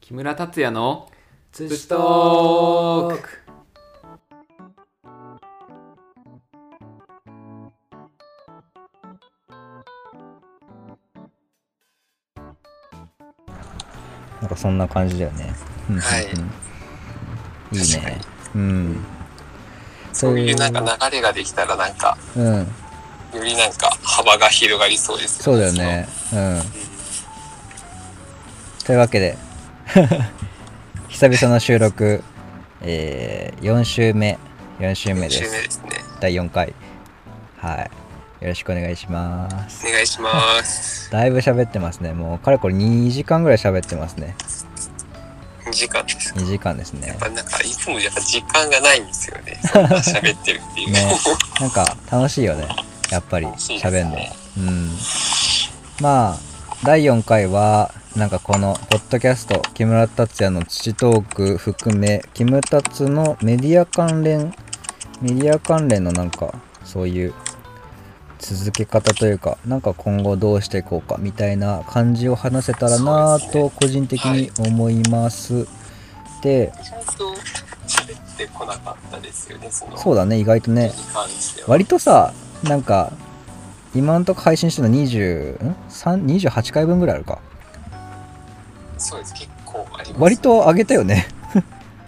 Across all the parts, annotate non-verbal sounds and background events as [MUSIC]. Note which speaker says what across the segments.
Speaker 1: 木村達也の
Speaker 2: ツ
Speaker 1: ツチトーク
Speaker 3: なんかそんな感じだよね。うん
Speaker 4: はい
Speaker 3: いい
Speaker 4: 確か
Speaker 3: ね。うん。
Speaker 4: そういうなんか流れができたらなんか、
Speaker 3: うん。
Speaker 4: よりなんか幅が広がりそうです
Speaker 3: そうだよね。うん。というわけで、 [LAUGHS] 久々の収録、えー、4週目、4週目
Speaker 4: そ
Speaker 3: です。
Speaker 4: の。週目ですね。
Speaker 3: 第4回。はい。よろしくお願いします。
Speaker 4: お願いします。
Speaker 3: だいぶ喋ってますね。もう、かれこれ2時間ぐらい喋ってますね。
Speaker 4: 2時間です。
Speaker 3: 2時間ですね
Speaker 4: やっ。ぱなんかいつもやっぱ時間がないんですよ
Speaker 3: [LAUGHS]
Speaker 4: ね。そんな喋ってるっていう。
Speaker 3: ねなんか楽しいよねやっぱり
Speaker 4: 楽しいです
Speaker 3: 喋
Speaker 4: ね
Speaker 3: んの、うんまあ第4回はなんかこのポッドキャスト木村達也の土トーク含めキムタツのメディア関連メディア関連のなんかそういう続け方というかなんか今後どうしていこうかみたいな感じを話せたらなぁと個人的に思いますで
Speaker 4: ちゃんと喋ってこなかったですよね、その。
Speaker 3: そうだね意外とね
Speaker 4: に関しては。
Speaker 3: 割とさなんか今んとこ配信してるの20ん3 28回分ぐらいあるか
Speaker 4: そうです、結構あります。
Speaker 3: 割。と上げたよね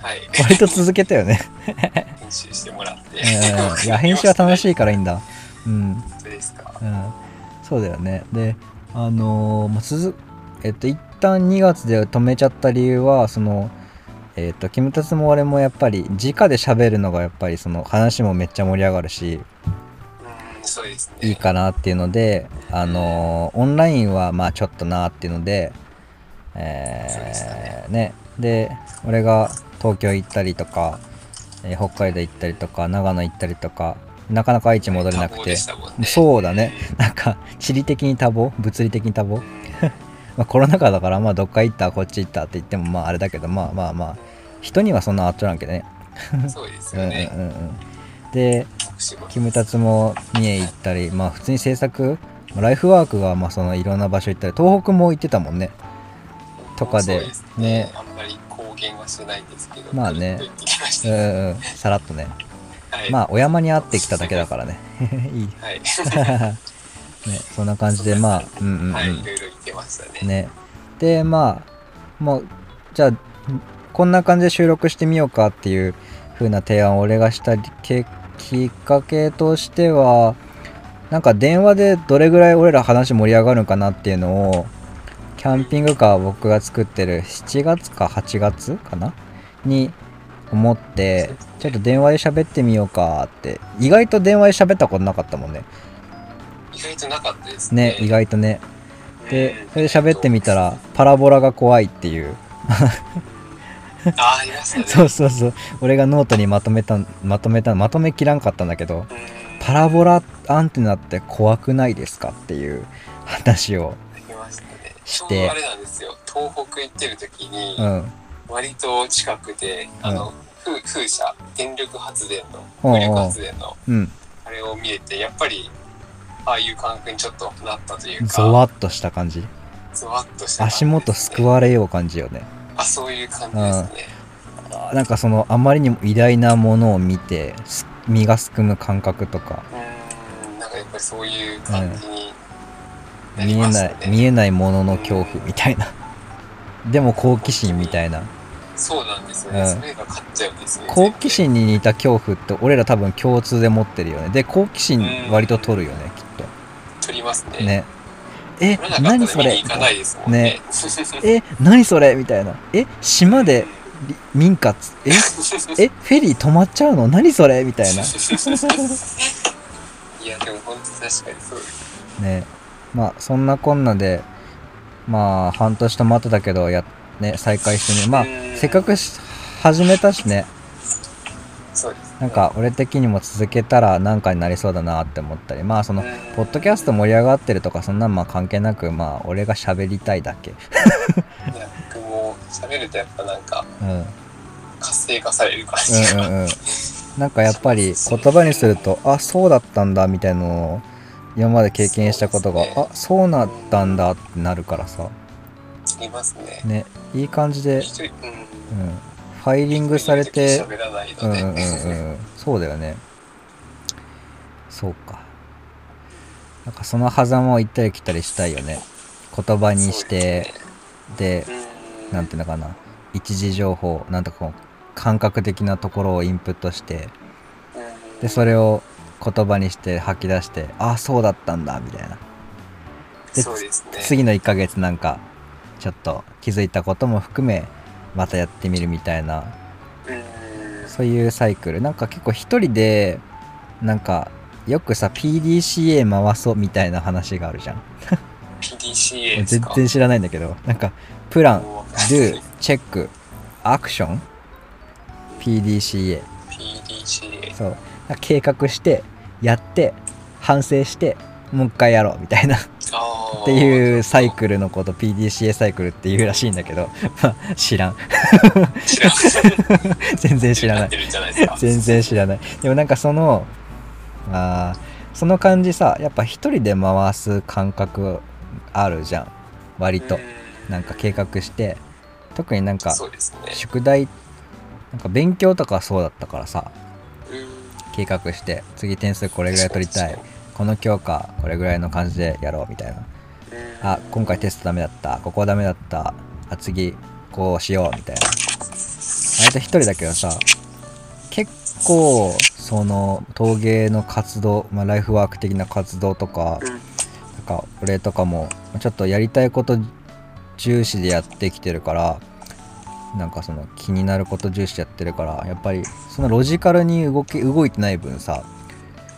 Speaker 4: はい。
Speaker 3: 割と続けたよね
Speaker 4: 編集してもらって。
Speaker 3: うんいや編集は楽しいからいいんだうん、うん、
Speaker 4: 本当ですか。
Speaker 3: そうだよねであのーまあ続えっと一旦2月で止めちゃった理由はそのえっとキムタツも俺もやっぱり直で喋るのがやっぱりその話もめっちゃ盛り上がるし
Speaker 4: うん、そうですね。
Speaker 3: いいかなっていうので、あのーオンラインはまあちょっとなっていうので、
Speaker 4: そうでした
Speaker 3: え
Speaker 4: ね
Speaker 3: ー、ね、で、俺が東京行ったりとか、えー北海道行ったりとか、長野行ったりとか、なかなか愛知戻れな
Speaker 4: 多
Speaker 3: く
Speaker 4: 忙
Speaker 3: て
Speaker 4: でし、たもんね
Speaker 3: そうだね、 [LAUGHS] なんか地理的に多忙、物理的に多
Speaker 4: う
Speaker 3: 忙、
Speaker 4: ん
Speaker 3: まあ、コロナ禍だから、まあどっか行った、こっち行ったって言っても、まああれだけど、まあまあまあ、人にはそんなあっちゃらんけどね。
Speaker 4: そうです
Speaker 3: うんう
Speaker 4: よ
Speaker 3: ん
Speaker 4: ね。
Speaker 3: うんうん。で、
Speaker 4: 徳島
Speaker 3: キムタツも三重行ったり、まあ普通に制作、ライフワークがまあそのいろんな場所行ったり、東北も行ってたもんね。とかで
Speaker 4: そうす
Speaker 3: ね
Speaker 4: あんまり公言はしてないんですけど
Speaker 3: まあね
Speaker 4: ちょっと行ってきまし
Speaker 3: うん
Speaker 4: た
Speaker 3: うん、さらっとね。
Speaker 4: はい、
Speaker 3: まあお山に会ってきただけだからね。 [LAUGHS] いい。ね、
Speaker 4: はい、
Speaker 3: そんな感じで、まあ、うんうん
Speaker 4: はい、いうろいろ行ってましたね
Speaker 3: ん。ね。で、まあ、もう、じゃあ、こんな感じで収録してみようかっていう風な提案を俺がしたりけきっかけとしては、なんか電話でどれぐらい俺ら話盛り上がるのかなっていうのを、キャンピングカー僕が作ってる7月か8月かなに思って、ちょっと電話で喋ってみようかって、意外と電話で喋ったことなかったもんね。
Speaker 4: 意外となかったですね
Speaker 3: ね、意外とね。
Speaker 4: うん
Speaker 3: で、それで喋ってみたら、パラボラが怖いっていう。
Speaker 4: あありましたね
Speaker 3: そうそうそう。俺がノートにまとめた、まとめた、まとめきらんかったんだけど、
Speaker 4: うん
Speaker 3: パラボラアンテナって怖くないですかっていう話を。
Speaker 4: できましたねち
Speaker 3: し
Speaker 4: ょう
Speaker 3: て
Speaker 4: どあれなんですよ東北行ってる時に
Speaker 3: うん。
Speaker 4: 割と近くで、あ
Speaker 3: う
Speaker 4: の風風車電力発電の風力発電の
Speaker 3: うん。
Speaker 4: あれを見れてやっぱりああいう感覚にちょっとなったというか
Speaker 3: ゾワッとした感じ。
Speaker 4: ゾワッとした感じです
Speaker 3: 足
Speaker 4: ね
Speaker 3: 元すくわれよう感じよね。
Speaker 4: あそういう感じですね
Speaker 3: あーなんかその、あまりにも偉大なものを見て、す身がすくむ感覚とか、
Speaker 4: うーんなんかやっぱりそういう感じにな
Speaker 3: 見え
Speaker 4: りまし
Speaker 3: な
Speaker 4: た
Speaker 3: い
Speaker 4: ね、、
Speaker 3: 見えないものの恐怖みたいな。でも好奇心みたいな。
Speaker 4: そうなんですよ
Speaker 3: う
Speaker 4: ね、
Speaker 3: ん
Speaker 4: それが勝っちゃうんですね
Speaker 3: 好奇心に似た恐怖って俺ら多分共通で持ってるよねで好奇心割と取るよねきっ
Speaker 4: 取りますね
Speaker 3: とねえ
Speaker 4: 取らなかった
Speaker 3: 何
Speaker 4: ら
Speaker 3: そ
Speaker 4: 見に
Speaker 3: れ
Speaker 4: 行かないですもんね
Speaker 3: ねえ何それみたいなえ島
Speaker 4: [LAUGHS]
Speaker 3: でり民家つええフェリー止まっちゃうの何それみたいない
Speaker 4: やでも本当に確かにそうです
Speaker 3: ねまあそんなこんなでまあ半年と待ってたけどやね再開してねまあ
Speaker 4: うん
Speaker 3: せっかくし始めたしね
Speaker 4: そうです
Speaker 3: なんか俺的にも続けたらなんかになりそうだなって思ったりまあその
Speaker 4: うん
Speaker 3: ポッドキャスト盛り上がってるとかそんなんまあ関係なくまあ俺が喋りたいだけ
Speaker 4: いや僕も喋るとやっぱなんか
Speaker 3: うんうん
Speaker 4: 活性化される感じが、
Speaker 3: うんうんなんかやっぱり言葉にするとあそうだったんだみたいなのを今まで経験したことが、
Speaker 4: そうです
Speaker 3: あそうなったんだってなるからさ
Speaker 4: いますね。
Speaker 3: ねいい感じで、
Speaker 4: 一人うん。
Speaker 3: うん、ファイリングされて
Speaker 4: 喋らない
Speaker 3: うん
Speaker 4: の
Speaker 3: う
Speaker 4: で、
Speaker 3: んうんうんそうだよねそうかなんかその狭間を行ったり来たりしたいよね言葉にしてで
Speaker 4: そうですね、う
Speaker 3: なんていうのかな一時情報なんとかこう感覚的なところをインプットして
Speaker 4: うん
Speaker 3: でそれを言葉にして吐き出してああそうだったんだみたいなで
Speaker 4: そうですね。
Speaker 3: 次の1ヶ月なんかちょっと気づいたことも含めまたやってみるみたいな
Speaker 4: うん
Speaker 3: そういうサイクルなんか結構一人でなんかよくさ PDCA 回そうみたいな話があるじゃん
Speaker 4: PDCA です
Speaker 3: 全
Speaker 4: か。
Speaker 3: 然知らないんだけどなんかプラン
Speaker 4: お
Speaker 3: Do チェックアクション PDCA
Speaker 4: PDCA。
Speaker 3: そうなんか計画してやって反省してもう一回やろうみたいな
Speaker 4: あー
Speaker 3: っていうサイクルのこと PDCA サイクルっていうらしいんだけど、 [LAUGHS] まあ、知らん [LAUGHS]
Speaker 4: 知らん
Speaker 3: 全然知らな
Speaker 4: [LAUGHS] っ
Speaker 3: い
Speaker 4: てるんじゃないですか。
Speaker 3: 全然知らないでもなんかそのあーその感じさやっぱ一人で回す感覚あるじゃん割と
Speaker 4: うん
Speaker 3: なんか計画して特になんか
Speaker 4: そうですね。
Speaker 3: 宿題なんか勉強とかそうだったからさ
Speaker 4: うん
Speaker 3: 計画して次点数これぐらい取りたい。この教科これぐらいの感じでやろうみたいなあ今回テストダメだったここダメだったあ次こうしようみたいな割と一人だけどさ結構その陶芸の活動、まあ、ライフワーク的な活動とか
Speaker 4: うん
Speaker 3: なんか俺とかもちょっとやりたいこと重視でやってきてるからなんかその気になること重視でやってるからやっぱりそのロジカルに動き動いてない分さ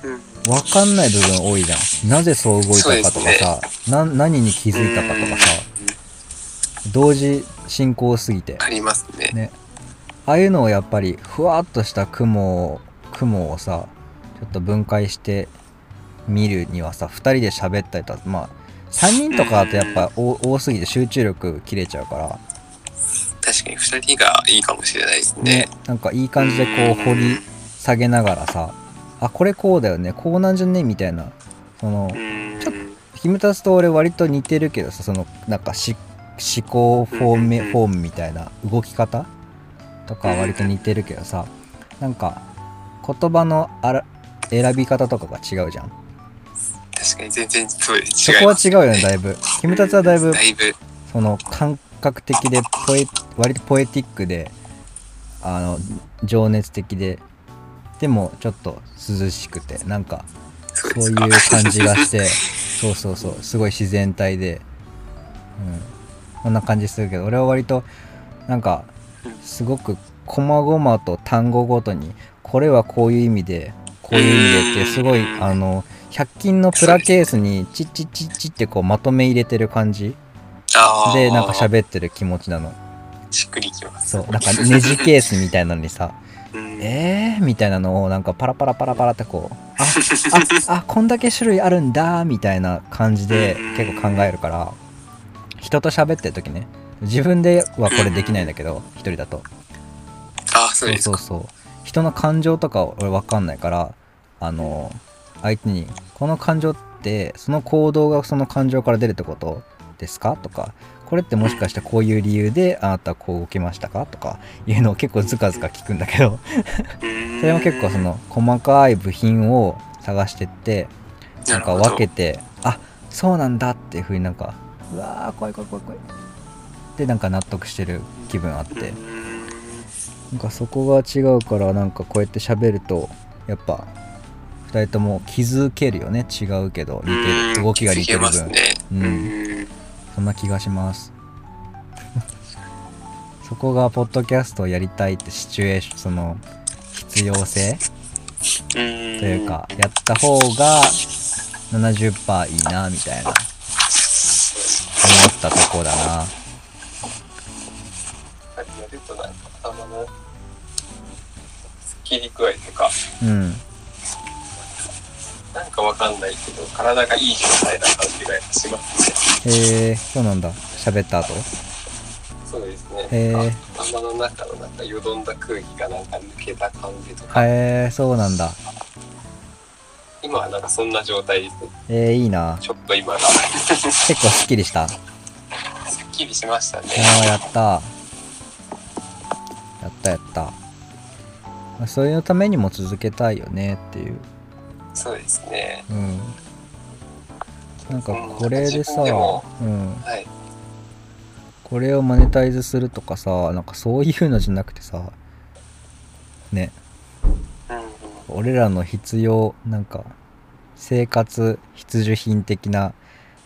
Speaker 4: うん
Speaker 3: 分かんない部分多いじゃんなぜそう動いたかとかさ、な何に気づいたかとかさ同時進行すぎて
Speaker 4: ありますね。
Speaker 3: ああいうのをやっぱりふわっとした雲を雲をさちょっと分解して見るにはさ2人で喋ったりとかまあ3人とかだとやっぱ多多すぎて集中力切れちゃうから
Speaker 4: 確かに二人がいいかもしれないです
Speaker 3: ね
Speaker 4: ね。
Speaker 3: なんかいい感じでこう掘り下げながらさあこれこうだよねこうなんじゃねみたいなその
Speaker 4: うん
Speaker 3: ちょっキムタスと俺割と似てるけどさそのなんかし思考フォーム
Speaker 4: うんうん
Speaker 3: フォームみたいな動き方とかは割と似てるけどさなんか言葉のあら選び方とかが違うじゃん
Speaker 4: 確かに全然そうです
Speaker 3: そ
Speaker 4: 違い
Speaker 3: こは
Speaker 4: ます
Speaker 3: 違うよねだいぶキムタツはだいぶ
Speaker 4: だいぶ
Speaker 3: その感覚的でポエ割とポエティックであの情熱的ででもちょっと涼しくてなんか
Speaker 4: そうで
Speaker 3: そうい
Speaker 4: す
Speaker 3: う
Speaker 4: か。
Speaker 3: 感じがして、そうそうそう、すごい自然体で、うん、こんな感じするけど、俺は割と、なんか、すごく、細々と単語ごとに、これはこういう意味で、こういう意味でって、すごい、あの、100均のプラケースに、チッチッチッチッってこう、まとめ入れてる感じ
Speaker 4: あー
Speaker 3: で、なんか喋ってる気持ちなの。
Speaker 4: しっくりきます。
Speaker 3: そう、なんかネジケースみたいなのにさ、
Speaker 4: うん
Speaker 3: えー、みたいなのをなんかパラパラパラパラってこうあああこんだけ種類あるんだみたいな感じで結構考えるから人と喋ってる時ね自分ではこれできないんだけど一人だと
Speaker 4: あ、そ
Speaker 3: そ
Speaker 4: う
Speaker 3: う
Speaker 4: です
Speaker 3: そう
Speaker 4: か。
Speaker 3: そう人の感情とか俺分かんないからあの相手に「この感情ってその行動がその感情から出るってことですか?」とか「これってもしかしてこういう理由であなたはこう動きましたか?」とかいうのを結構ズカズカ聞くんだけどそ
Speaker 4: そ
Speaker 3: れも結構その細かい部品を探してってなんか分けてあそうなんだっていうふうになんかうわー怖い怖い怖い怖いでなんか納得してる気分あってなんかそこが違うからなんかこうやって喋るとやっぱ2人とも気づけるよね違うけど似てる動きが似てる分
Speaker 4: ますね。
Speaker 3: う
Speaker 4: うんん。
Speaker 3: そんな気がします [LAUGHS] そこがポッドキャストをやりたいってシチュエーションその必要性
Speaker 4: と
Speaker 3: とい
Speaker 4: いう
Speaker 3: か、やった方が70%いいなみたいな思ったとこだな
Speaker 4: やるとなんか頭の切り具合とか、
Speaker 3: うん
Speaker 4: なんかわかんないけど、体がいい状態な感じがしますね。
Speaker 3: へえそうなんだ喋った後
Speaker 4: そうですね。
Speaker 3: へー
Speaker 4: なんか頭の中のなんかよどんだ空気がなんか抜けた感じとか、
Speaker 3: へえそうなんだ
Speaker 4: 今はなんかそんな状態ですね。
Speaker 3: えー、いいな
Speaker 4: ちょっと今が
Speaker 3: 結構すっきりした
Speaker 4: すっききりしましたね。
Speaker 3: ああやったやったやったまあそれのためにも続けたいよねっていう
Speaker 4: そうですね。
Speaker 3: うんなんかこれでさ、
Speaker 4: うん自分でも
Speaker 3: うん、
Speaker 4: はい。
Speaker 3: これをマネタイズするとかさなんかそういうのじゃなくてさね
Speaker 4: うんうん。
Speaker 3: 俺らの必要なんか生活必需品的な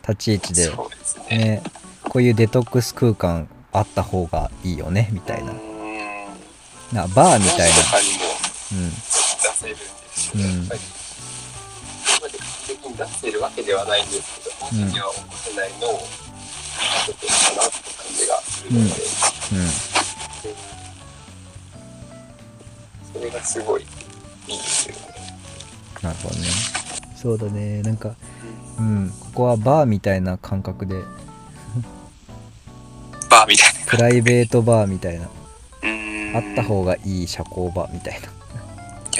Speaker 3: 立ち位置で
Speaker 4: そうですね。。
Speaker 3: ね、こういうデトックス空間あった方がいいよねみたいうなんなバーみたい
Speaker 4: 他にも
Speaker 3: な、
Speaker 4: 出せるんですけど、
Speaker 3: うん
Speaker 4: やっぱり、まあで的に出せるわけではないんですけど、本
Speaker 3: うん
Speaker 4: 人には起こせないのを出せてるかなって感じがするので、
Speaker 3: うんうん、
Speaker 4: それがすごいいいですよね。
Speaker 3: なるほどねそうだねなんかうんここはバーみたいな感覚で
Speaker 4: バーみたい
Speaker 3: プライベートバーみたいな
Speaker 4: な。
Speaker 3: あった方がいい社交場みたいな、
Speaker 4: い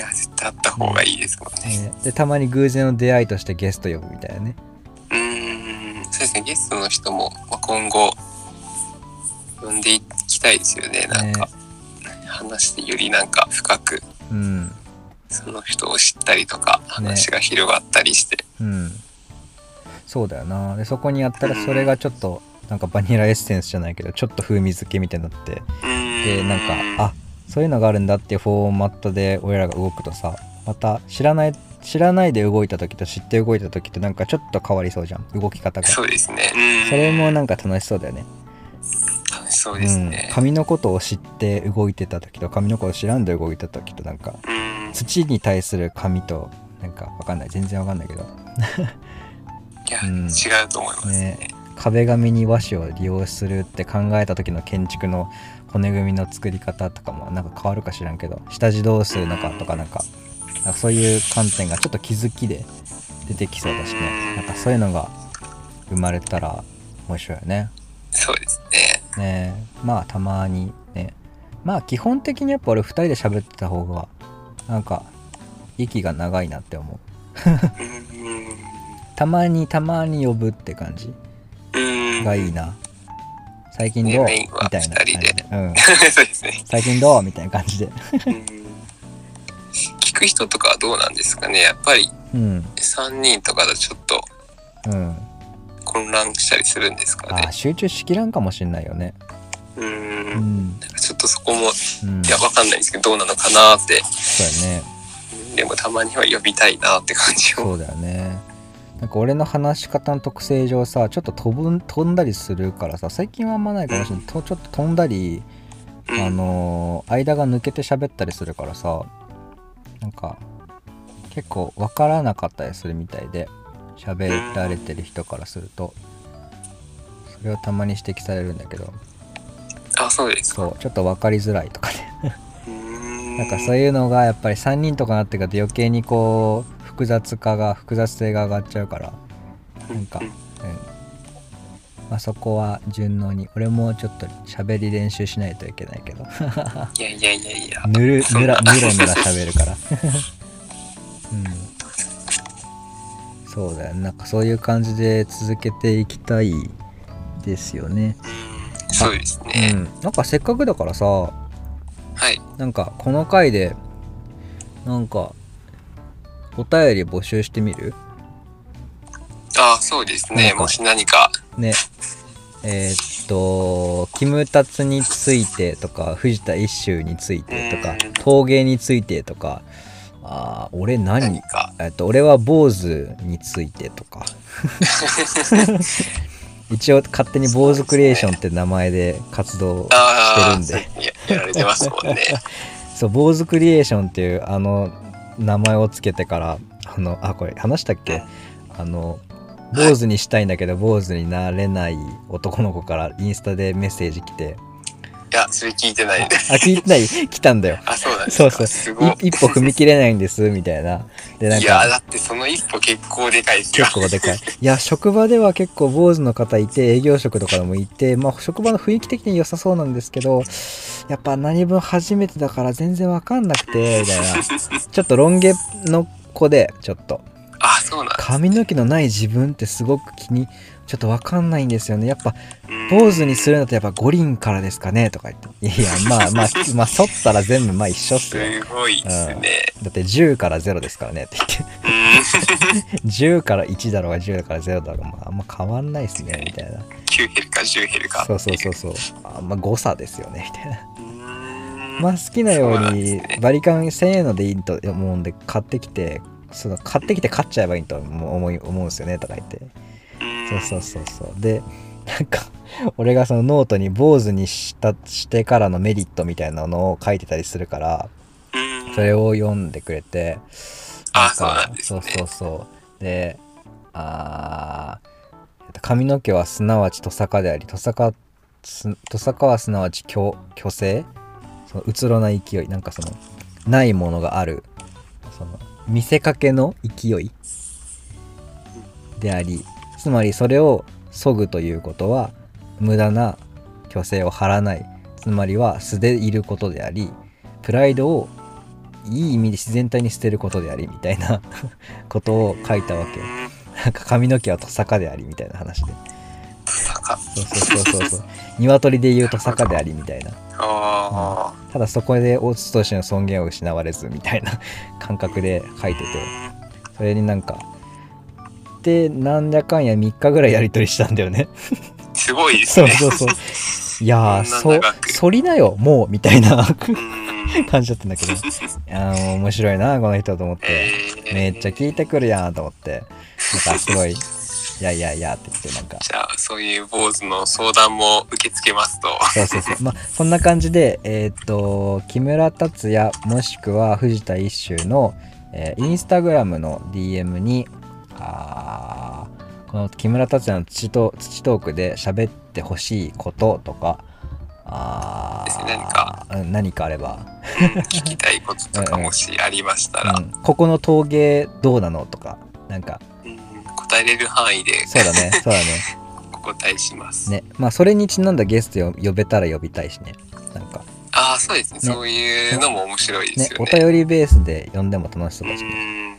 Speaker 4: や、絶対あった方がいいですもんね。
Speaker 3: ねでたまに偶然の出会いとしてゲスト呼ぶみたいなね
Speaker 4: うーん、そうですね、ゲストの人も、まあ、今後、呼んでいきたいですよね、なんか。話してよりなんか深く
Speaker 3: うん
Speaker 4: その人を知ったりとか話が広がったりして、
Speaker 3: うんそうだよなでそこにやったらそれがちょっとなんかバニラエッセンスじゃないけどちょっと風味付けみたいになって
Speaker 4: うーん
Speaker 3: でなんかあそういうのがあるんだっていうフォーマットで俺らが動くとさまた知らない知らないで動いた時と知って動いた時ってなんかちょっと変わりそうじゃん動き方がそ
Speaker 4: そうですねうん
Speaker 3: れもなんか楽しそうだよね
Speaker 4: 楽しそうですね
Speaker 3: うん、紙のことを知って動いてた時と紙のことを知らんで動いた時となんか
Speaker 4: うーん
Speaker 3: 土に対する紙となんかわかんない全然わかんないけど
Speaker 4: いや、
Speaker 3: うん
Speaker 4: 違うと思いますね
Speaker 3: ね壁紙に和紙を利用するって考えた時の建築の骨組みの作り方とかもなんか変わるか知らんけど下地どうするのかとかなんかなんかそういう観点がちょっと気づきで出てきそうだしねなんかそういうのが生まれたら面白いよね。
Speaker 4: そうですね
Speaker 3: ねえまあたまにねまあ基本的にやっぱ俺2人で喋ってた方がなんか息が長いなって思うたまにたまに呼ぶって感じ
Speaker 4: うーん
Speaker 3: がいいな。最近どう
Speaker 4: ねメイ
Speaker 3: み
Speaker 4: ンは
Speaker 3: たいな感じ
Speaker 4: 二
Speaker 3: で。
Speaker 4: 人
Speaker 3: うん。
Speaker 4: そうですね
Speaker 3: 最近どうみたいな感じで。
Speaker 4: うん聞く人とかはどうなんですかねやっぱり
Speaker 3: うん。
Speaker 4: 3人とかだとちょっと
Speaker 3: うん。
Speaker 4: 混乱したりするんですか
Speaker 3: あ
Speaker 4: ね
Speaker 3: あ、集中しきらんかもしれないよね。
Speaker 4: うー
Speaker 3: うんん。
Speaker 4: ちょっとそこも
Speaker 3: うん。
Speaker 4: いやわかんないですけどどうなのかなって
Speaker 3: そうやね。
Speaker 4: でもたまには呼びたいなって感じ
Speaker 3: そ
Speaker 4: も
Speaker 3: うだよね。なんか俺の話し方の特性上さ、ちょっと飛ぶん飛んだりするからさ、最近はあんまないかもしれない。とちょっと飛んだり、
Speaker 4: うん
Speaker 3: あのー間が抜けて喋ったりするからさなんか結構分からなかったりするみたいで喋られてる人からするとそれをたまに指摘されるんだけど
Speaker 4: あそうです
Speaker 3: そうちょっと分かりづらいとかね
Speaker 4: うーん
Speaker 3: なんかそういうのがやっぱり3人とかなってくると余計にこう複雑化が複雑性が上がっちゃうからなんか、
Speaker 4: う
Speaker 3: うんんまあ、そこは順応に俺もちょっと喋り練習しないといけないけど
Speaker 4: いやいやいやいや
Speaker 3: ぬる
Speaker 4: そ
Speaker 3: ぬ
Speaker 4: ん
Speaker 3: ら
Speaker 4: な
Speaker 3: ぬらぬら喋る
Speaker 4: [LAUGHS]
Speaker 3: から、うん、そうだよなんかそういう感じで続けていきたいですよね、
Speaker 4: うんそうです
Speaker 3: う
Speaker 4: ね、
Speaker 3: ん、なんかせっかくだからさ
Speaker 4: はい
Speaker 3: なんかこの回でなんかお便り募集してみる
Speaker 4: あそうです
Speaker 3: なん
Speaker 4: ね
Speaker 3: か
Speaker 4: もし何か
Speaker 3: ねえーっと「キムタツについて」とか「藤田一秀について」とか
Speaker 4: うん
Speaker 3: 「陶芸について」とか「あー俺何
Speaker 4: 何か
Speaker 3: えっと、俺は坊主についてと
Speaker 4: [LAUGHS]
Speaker 3: か一応勝手に坊主クリエーションって名前で活動して
Speaker 4: あ
Speaker 3: る
Speaker 4: あ
Speaker 3: んで
Speaker 4: ややられてますもんね
Speaker 3: そう坊主クリエーションっていうあの名前をつけてからあのあこれ話したっけあの坊主にしたいんだけど坊主になれない男の子からインスタでメッセージ来て
Speaker 4: いやそれ聞い
Speaker 3: [LAUGHS]
Speaker 4: てないで
Speaker 3: あ聞いてない来たんだよ
Speaker 4: あそうなんです
Speaker 3: そ
Speaker 4: か
Speaker 3: うそう
Speaker 4: すごい
Speaker 3: い一歩踏み切れないんですみたいなでなん
Speaker 4: いや
Speaker 3: か
Speaker 4: だってその一歩結構でかいですよ
Speaker 3: 結構でかい。いや、職場では結構坊主の方いて、営業職とかでもいて、まあ、職場の雰囲気的に良さそうなんですけど、やっぱ何分初めてだから全然わかんなくて、みたいな。ちょっとロン毛の子で、ちょっと。
Speaker 4: あそうなん
Speaker 3: 髪の毛のない自分ってすごく気にちょっとわかんないんですよね。やっぱ、
Speaker 4: うん
Speaker 3: 坊主にするのとやっぱ五輪からですかねとか言って。いやいや、まあまあ、まあ、剃ったら全部まあ一緒っす
Speaker 4: す
Speaker 3: よ。
Speaker 4: ごいですね。
Speaker 3: だって10から0ですからねって言って。10から1だろうが10から0だろうが、まあ、あんま変わんないですね、みたいな。
Speaker 4: 9減るか10減るかって
Speaker 3: そ
Speaker 4: いう。
Speaker 3: そうそううそう。あんま誤差ですよね、みたいな。
Speaker 4: うん
Speaker 3: まあ好きなよ
Speaker 4: そうな
Speaker 3: うん
Speaker 4: です
Speaker 3: に
Speaker 4: ね
Speaker 3: バリカン1000円のでいいと思うんで買ってきてその買ってきて買っちゃえばいいと思い思うんですよねとか言ってそうそうそうそうでなんか俺がそのノートに坊主にしたしてからのメリットみたいなのを書いてたりするから
Speaker 4: うん。
Speaker 3: それを読んでくれて
Speaker 4: あ
Speaker 3: か
Speaker 4: そうなんですね
Speaker 3: そうそうそうであーえっと髪の毛はすなわちトサカでありトサカすトサカはすなわち虚虚勢そのうつろな勢いなんかそのないものがあるその見せかけの勢いでありつまりそれを削ぐということは無駄な虚勢を張らないつまりは素でいることでありプライドをいい意味で自然体に捨てることでありみたいな [LAUGHS] ことを書いたわけ
Speaker 4: うん
Speaker 3: なんか髪の毛はトサカでありみたいな話で
Speaker 4: 高っ
Speaker 3: そうそうそうそうそう鶏で言うトサカでありみたいな
Speaker 4: あ
Speaker 3: ただそこでオツとしての尊厳を失われずみたいな [LAUGHS] 感覚で書いててそれになんかでなんやかんや3日ぐらいやり取りしたんだよね
Speaker 4: ーすごいです
Speaker 3: そう
Speaker 4: ね。
Speaker 3: そうそういやー
Speaker 4: そん
Speaker 3: そ
Speaker 4: な長く
Speaker 3: 反りなよもうみたいな [LAUGHS]
Speaker 4: うん
Speaker 3: 感じだったんだけどあの面白いなこの人と思って。
Speaker 4: えー
Speaker 3: めっちゃ聞いてくるやんと思ってなんかすごい「いやいやいや」って言ってなんか
Speaker 4: じゃあそういう坊主の相談も受け付けま
Speaker 3: [LAUGHS]
Speaker 4: すと。
Speaker 3: そうそうそうまあそんな感じでえーっと木村達也もしくは藤田一秀の、えーインスタグラムの DM にあーこの木村達也の土と土トークで喋ってほしいこととかあー
Speaker 4: 何か
Speaker 3: うん何かあれば、
Speaker 4: 聞きたいこととかもしありました
Speaker 3: う
Speaker 4: ら、
Speaker 3: ん、ここの陶芸どうなのとかなんか
Speaker 4: うん答えれる範囲で
Speaker 3: そうだ
Speaker 4: [LAUGHS]
Speaker 3: ねそうだね
Speaker 4: お答えします。
Speaker 3: ねまあそれにちなんだゲストよ呼べたら呼びたいしねなんか
Speaker 4: ああそうですね
Speaker 3: ね
Speaker 4: そういうのも面白いで
Speaker 3: ね
Speaker 4: すよ
Speaker 3: お
Speaker 4: ね。
Speaker 3: 便りベースで呼んでも楽しそうだし
Speaker 4: うん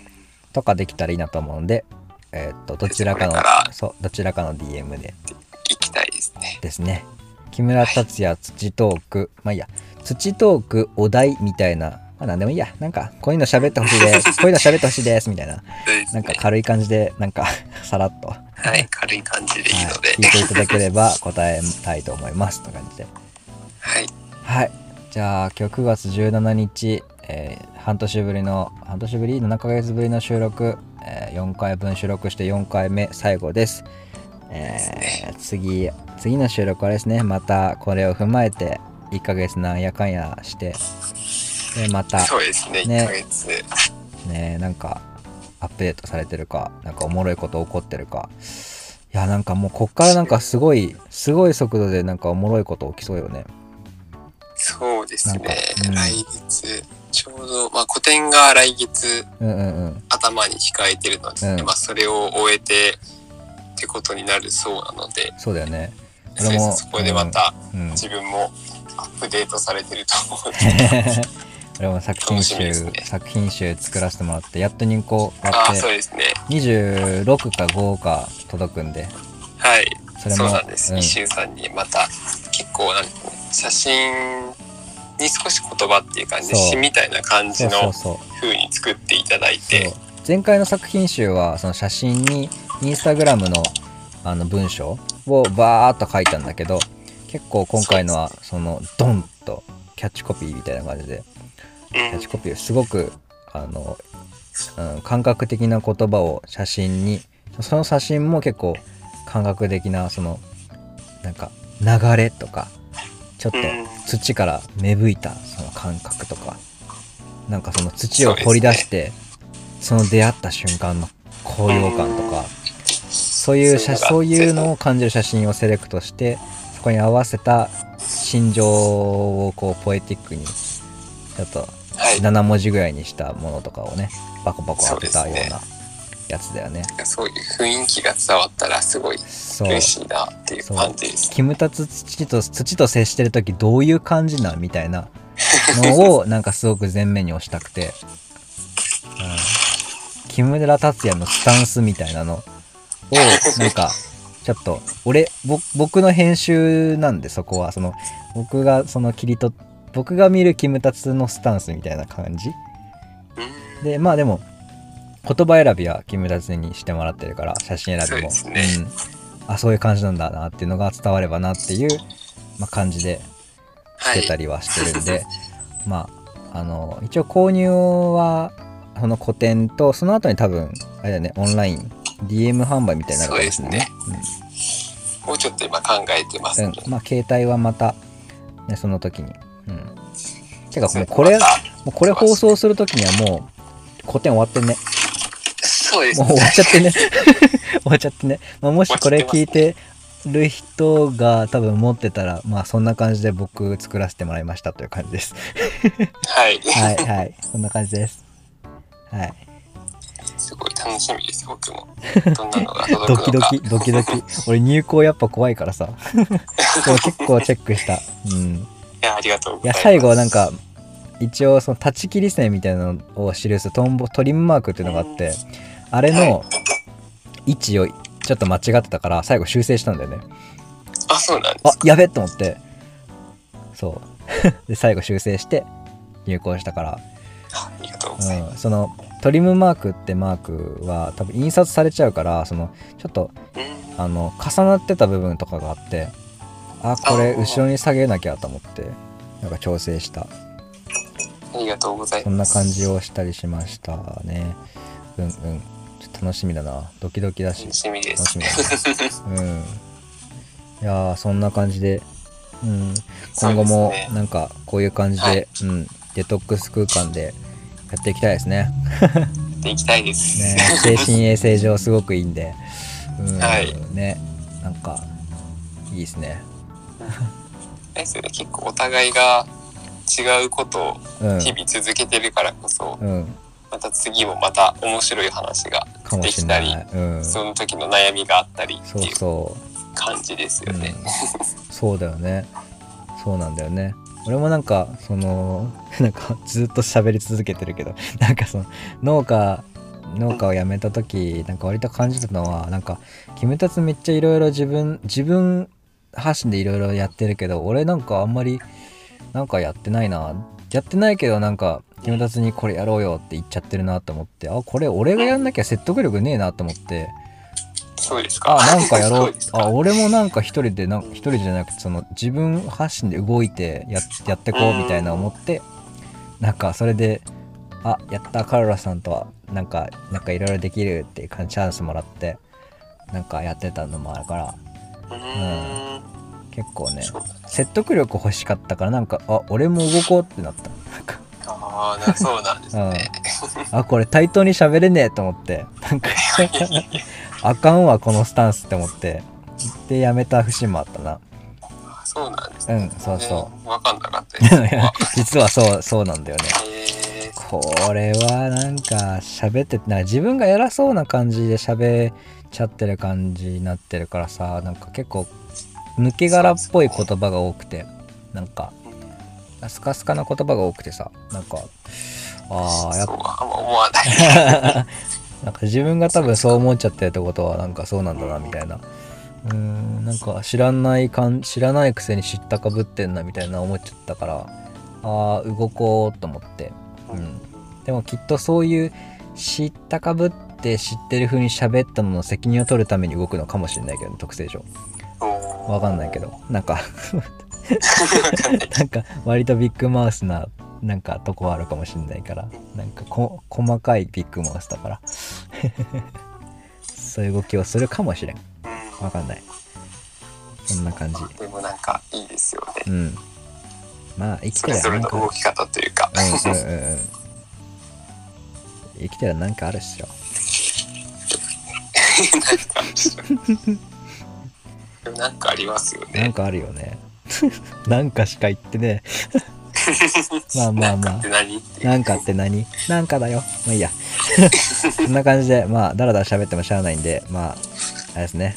Speaker 3: とかできたらいいなと思うんでえーっとどちらかの
Speaker 4: これから
Speaker 3: そうどちらかの DM で
Speaker 4: 行きたいですね。
Speaker 3: ですね木村達也土トークまあいいや土トークお題みたいなまあ何でもいいやなんかこういうの喋ってほしいです
Speaker 4: [LAUGHS]
Speaker 3: こういうの喋ってほしいですみたいな
Speaker 4: そうです
Speaker 3: なん
Speaker 4: ね
Speaker 3: か軽い感じでなんかさらっと、
Speaker 4: はい軽い感じでいいので
Speaker 3: はい、聞いていただければ答えたいと思いますという感じで
Speaker 4: はい
Speaker 3: はい。じゃあ今日9月17日、えー半年ぶりの半年ぶり7ヶ月ぶりの収録、え4回分収録して4回目最後です。えー次次の収録はですねまたこれを踏まえて1ヶ月なんやかんやしてでまた
Speaker 4: そうですね
Speaker 3: ね
Speaker 4: 1ヶ月
Speaker 3: ねなんかアップデートされてるかなんかおもろいこと起こってるかいやなんかもうこっからなんかすごいすごい速度でなんかおもろいこと起きそうよね。
Speaker 4: そうですね
Speaker 3: なんかうん
Speaker 4: 来月ちょうどまあ個展が来月
Speaker 3: うんうんうん。
Speaker 4: 頭に控えてるので、
Speaker 3: うん
Speaker 4: まあそれを終えてってことになるそうなので
Speaker 3: そうだよね。
Speaker 4: そうですそこでまた
Speaker 3: うんうん
Speaker 4: 自分もアップデートされてると思うので
Speaker 3: [LAUGHS] 俺も作品
Speaker 4: 楽しみ
Speaker 3: 集、
Speaker 4: ですね
Speaker 3: 作品集作らせてもらってやっと認行終
Speaker 4: あ
Speaker 3: わ
Speaker 4: あ
Speaker 3: っ
Speaker 4: そう
Speaker 3: て
Speaker 4: ですね
Speaker 3: 26か5か届くんで
Speaker 4: はい
Speaker 3: それ
Speaker 4: そ
Speaker 3: も
Speaker 4: うなんです、
Speaker 3: ん
Speaker 4: 一周さんにまた結構なんか、ね、写真に少し言葉っていう感じで
Speaker 3: そう
Speaker 4: 詩みたいな感
Speaker 3: そ
Speaker 4: じ
Speaker 3: う
Speaker 4: の
Speaker 3: そうそう
Speaker 4: 風に作っていただい
Speaker 3: そう
Speaker 4: て
Speaker 3: 前回の作品集はその写真にインスタグラムのあの文章をバーっと書いたんだけど結構今回のはそのドンとキャッチコピーみたいな感じで
Speaker 4: うん
Speaker 3: キャッチコピーをすごくあの、うん、感覚的な言葉を写真にその写真も結構感覚的なそのなんか流れとかちょっと
Speaker 4: うん
Speaker 3: 土から芽吹いたその感覚とかなんかその土を掘り出してそ,、の出会った瞬間の高揚感とかそういう写そういうのを感じる写真をセレクトしてそこに合わせた心情をこうポエティックにちょっと
Speaker 4: はい
Speaker 3: 7文字ぐらいにしたものとかをねバコバコ当てたよう
Speaker 4: そうで
Speaker 3: なやつだよね
Speaker 4: そういう雰囲気が伝わったらすごい
Speaker 3: そう
Speaker 4: 嬉しいなっていう感じです
Speaker 3: キムタツ土と土と接してる時どういう感じなんみたいなのをなんかすごく前面に押したくて、うん、木村達也のスタンスみたいなのをなんかちょっと俺ぼ僕の編集なんでそこはその僕がその切り取っ僕が見るキムタツのスタンスみたいな感じ
Speaker 4: うん
Speaker 3: でまあでも言葉選びはキムタツにしてもらってるから写真選びも
Speaker 4: そうです
Speaker 3: うん、あそういう感じなんだなっていうのが伝わればなっていう、まあ、感じで
Speaker 4: は
Speaker 3: してた
Speaker 4: い。
Speaker 3: りはしてるんで、 [LAUGHS] まああの一応購入はこの個展とその後に多分あれだねオンライン DM 販売みたいになるかもしれないね
Speaker 4: もうちょっと今考えてます
Speaker 3: う
Speaker 4: ね。
Speaker 3: んうんまあ携帯はまた、ね、その時にうんてかもう
Speaker 4: また
Speaker 3: これもうこれ放送する時にはもう個展終わってんね
Speaker 4: そうです
Speaker 3: もう
Speaker 4: ね。
Speaker 3: 終わっちゃ [LAUGHS] ってね終わっちゃってね、まあ、もしこれ聞いてる人が多分持ってたらまあそんな感じで僕作らせてもらいましたという感じ [LAUGHS] です
Speaker 4: はい。
Speaker 3: はいはい、そんな感じです。はい、
Speaker 4: すごい楽しみです、僕も。どんなのが届
Speaker 3: [LAUGHS]
Speaker 4: く
Speaker 3: ド
Speaker 4: のか。
Speaker 3: キドキ、ドキドキ。俺入校やっぱ怖いから [LAUGHS] さ。でも結構チェックした。うん。い
Speaker 4: いや、ありがとうござい
Speaker 3: や、
Speaker 4: ます。
Speaker 3: 最後はなんか、一応その立ち切り線みたいなのを記すトンボ、トリムマークっていうのがあって、あれの位置をちょっと間違ってたから、最後修正したんだよね。
Speaker 4: あ、そうなんです
Speaker 3: あ、やべっと思って。そう。で、 [LAUGHS] 最後修正して入校したから。
Speaker 4: あありがとうございま
Speaker 3: うん、そのトリムマークってマークは多分印刷されちゃうからそのちょっと
Speaker 4: す。うん
Speaker 3: あの重なってた部分とかがあってあこれ
Speaker 4: あー
Speaker 3: 後ろに下げなきゃと思ってなんか調整した
Speaker 4: ありがとうござい
Speaker 3: そ
Speaker 4: ます。
Speaker 3: んな感じをしたりしましたねうんうんちょっと楽しみだなドキドキだし
Speaker 4: 楽しみで
Speaker 3: 楽
Speaker 4: す
Speaker 3: しみ。だなうんいやーそんな感じで、うん、今後
Speaker 4: そう
Speaker 3: も
Speaker 4: ですね
Speaker 3: なんかこういう感じで、
Speaker 4: はいう
Speaker 3: ん、デトックス空間でやっていきたいですね
Speaker 4: やっていきたいです。
Speaker 3: ね、精神衛生上すごくいいんで、うん
Speaker 4: はい
Speaker 3: ねなんかいいですね
Speaker 4: あれですよね結構お互いが違うことを
Speaker 3: うん
Speaker 4: 日々続けてるからこそ、
Speaker 3: うん
Speaker 4: また次もまた面白い話が
Speaker 3: かも
Speaker 4: で
Speaker 3: し
Speaker 4: き
Speaker 3: れ
Speaker 4: た
Speaker 3: な
Speaker 4: り、
Speaker 3: い、うん、そ
Speaker 4: その時の悩みがあったりって
Speaker 3: う
Speaker 4: いう
Speaker 3: そ
Speaker 4: 感じです
Speaker 3: う、う
Speaker 4: よ
Speaker 3: ん
Speaker 4: ね。、
Speaker 3: そうだよねそうなんだよね俺もなんかその [LAUGHS] なんかずっと喋り続けてるけど [LAUGHS] なんかその農家農家を辞めた時なんか割と感じたのはなんかキムタツめっちゃいろいろ自分自分発信でいろいろやってるけど俺なんかあんまりなんかやってないなやってないけどなんかキムタツにこれやろうよって言っちゃってるなと思ってあこれ俺がやんなきゃ説得力ねえなと思って
Speaker 4: そうですか。
Speaker 3: あなんかやろ
Speaker 4: [LAUGHS] そう
Speaker 3: う
Speaker 4: ですか
Speaker 3: あ俺もなんか一人でなん
Speaker 4: うん
Speaker 3: 一人じゃなくてその自分発信で動いてややってこうみたいな思ってなんかそれであやったカロラさんとはなんかなんかいろいろできるっていう感じチャンスもらってなんかやってたのもあるから
Speaker 4: うーん
Speaker 3: 結構ね
Speaker 4: そうなんです
Speaker 3: 説得力欲しかったからなんかあ俺も動こうってなったなんか
Speaker 4: あーなそうなんです [LAUGHS] ね。
Speaker 3: あこれ対等に喋れねえと思ってなん
Speaker 4: [LAUGHS]
Speaker 3: かあかんわこのスタンスって思ってでやめた節もあったな
Speaker 4: あそうなんです
Speaker 3: う
Speaker 4: ね。。
Speaker 3: んそうそう
Speaker 4: わかんなかった
Speaker 3: [LAUGHS]
Speaker 4: です。
Speaker 3: 実はそうそうなんだよね
Speaker 4: えー
Speaker 3: これはなんか喋っててなんか自分が偉そうな感じで喋っちゃってる感じになってるからさなんか結構抜け殻っぽい言葉が多くてなんかスカスカな言葉が多くてさなんかああやっ
Speaker 4: そうはあんま思わない。
Speaker 3: ぱ [LAUGHS] なんか自分が多分そう思っちゃってるってことはなんかそうなんだなみたいなうーんなんか知らないかん知らないくせに知ったかぶってんなみたいな思っちゃったからああ動こうと思ってうんでもきっとそういう知ったかぶって知ってる風に喋ったのの責任を取るために動くのかもしれないけど、ね、特性上わ
Speaker 4: わ
Speaker 3: かんないけ。どなんか
Speaker 4: わかんない。
Speaker 3: なんか割とビッグマウスななんかとこはあるかもしれないからなんかこ細かいビッグマウスだから [LAUGHS] そういう動きをするかもしれん
Speaker 4: うん
Speaker 3: わかんないそんな感じ
Speaker 4: でもなんかいいですよね。
Speaker 3: うんまあ生き
Speaker 4: そ
Speaker 3: て
Speaker 4: れ
Speaker 3: り
Speaker 4: ぞ
Speaker 3: ゃな
Speaker 4: れ
Speaker 3: ん
Speaker 4: の
Speaker 3: か
Speaker 4: 動き方というか。
Speaker 3: うんうんうんうん生きてりゃなんかあるっしょ
Speaker 4: なんかでもなんかありますよ
Speaker 3: なん
Speaker 4: ね。
Speaker 3: かあるよね。 [LAUGHS] なんかしか言ってね。 [LAUGHS] まあまあま
Speaker 4: なんか
Speaker 3: あ
Speaker 4: って。何っていう
Speaker 3: なんかって何なんかだよ。まあいいや。 [LAUGHS] そんな感じで、まあ、だらだら喋ってもしゃあないんで、まあ、あれですね。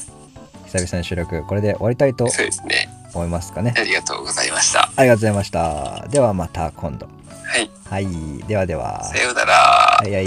Speaker 3: 久々の収録、これで終わりたいと
Speaker 4: そうですね。
Speaker 3: 思いますかね
Speaker 4: あ。りがとうございました。
Speaker 3: ありがとうございました。ではまた今度。
Speaker 4: はい。
Speaker 3: はい。ではでは。
Speaker 4: さようなら。
Speaker 3: はいはい。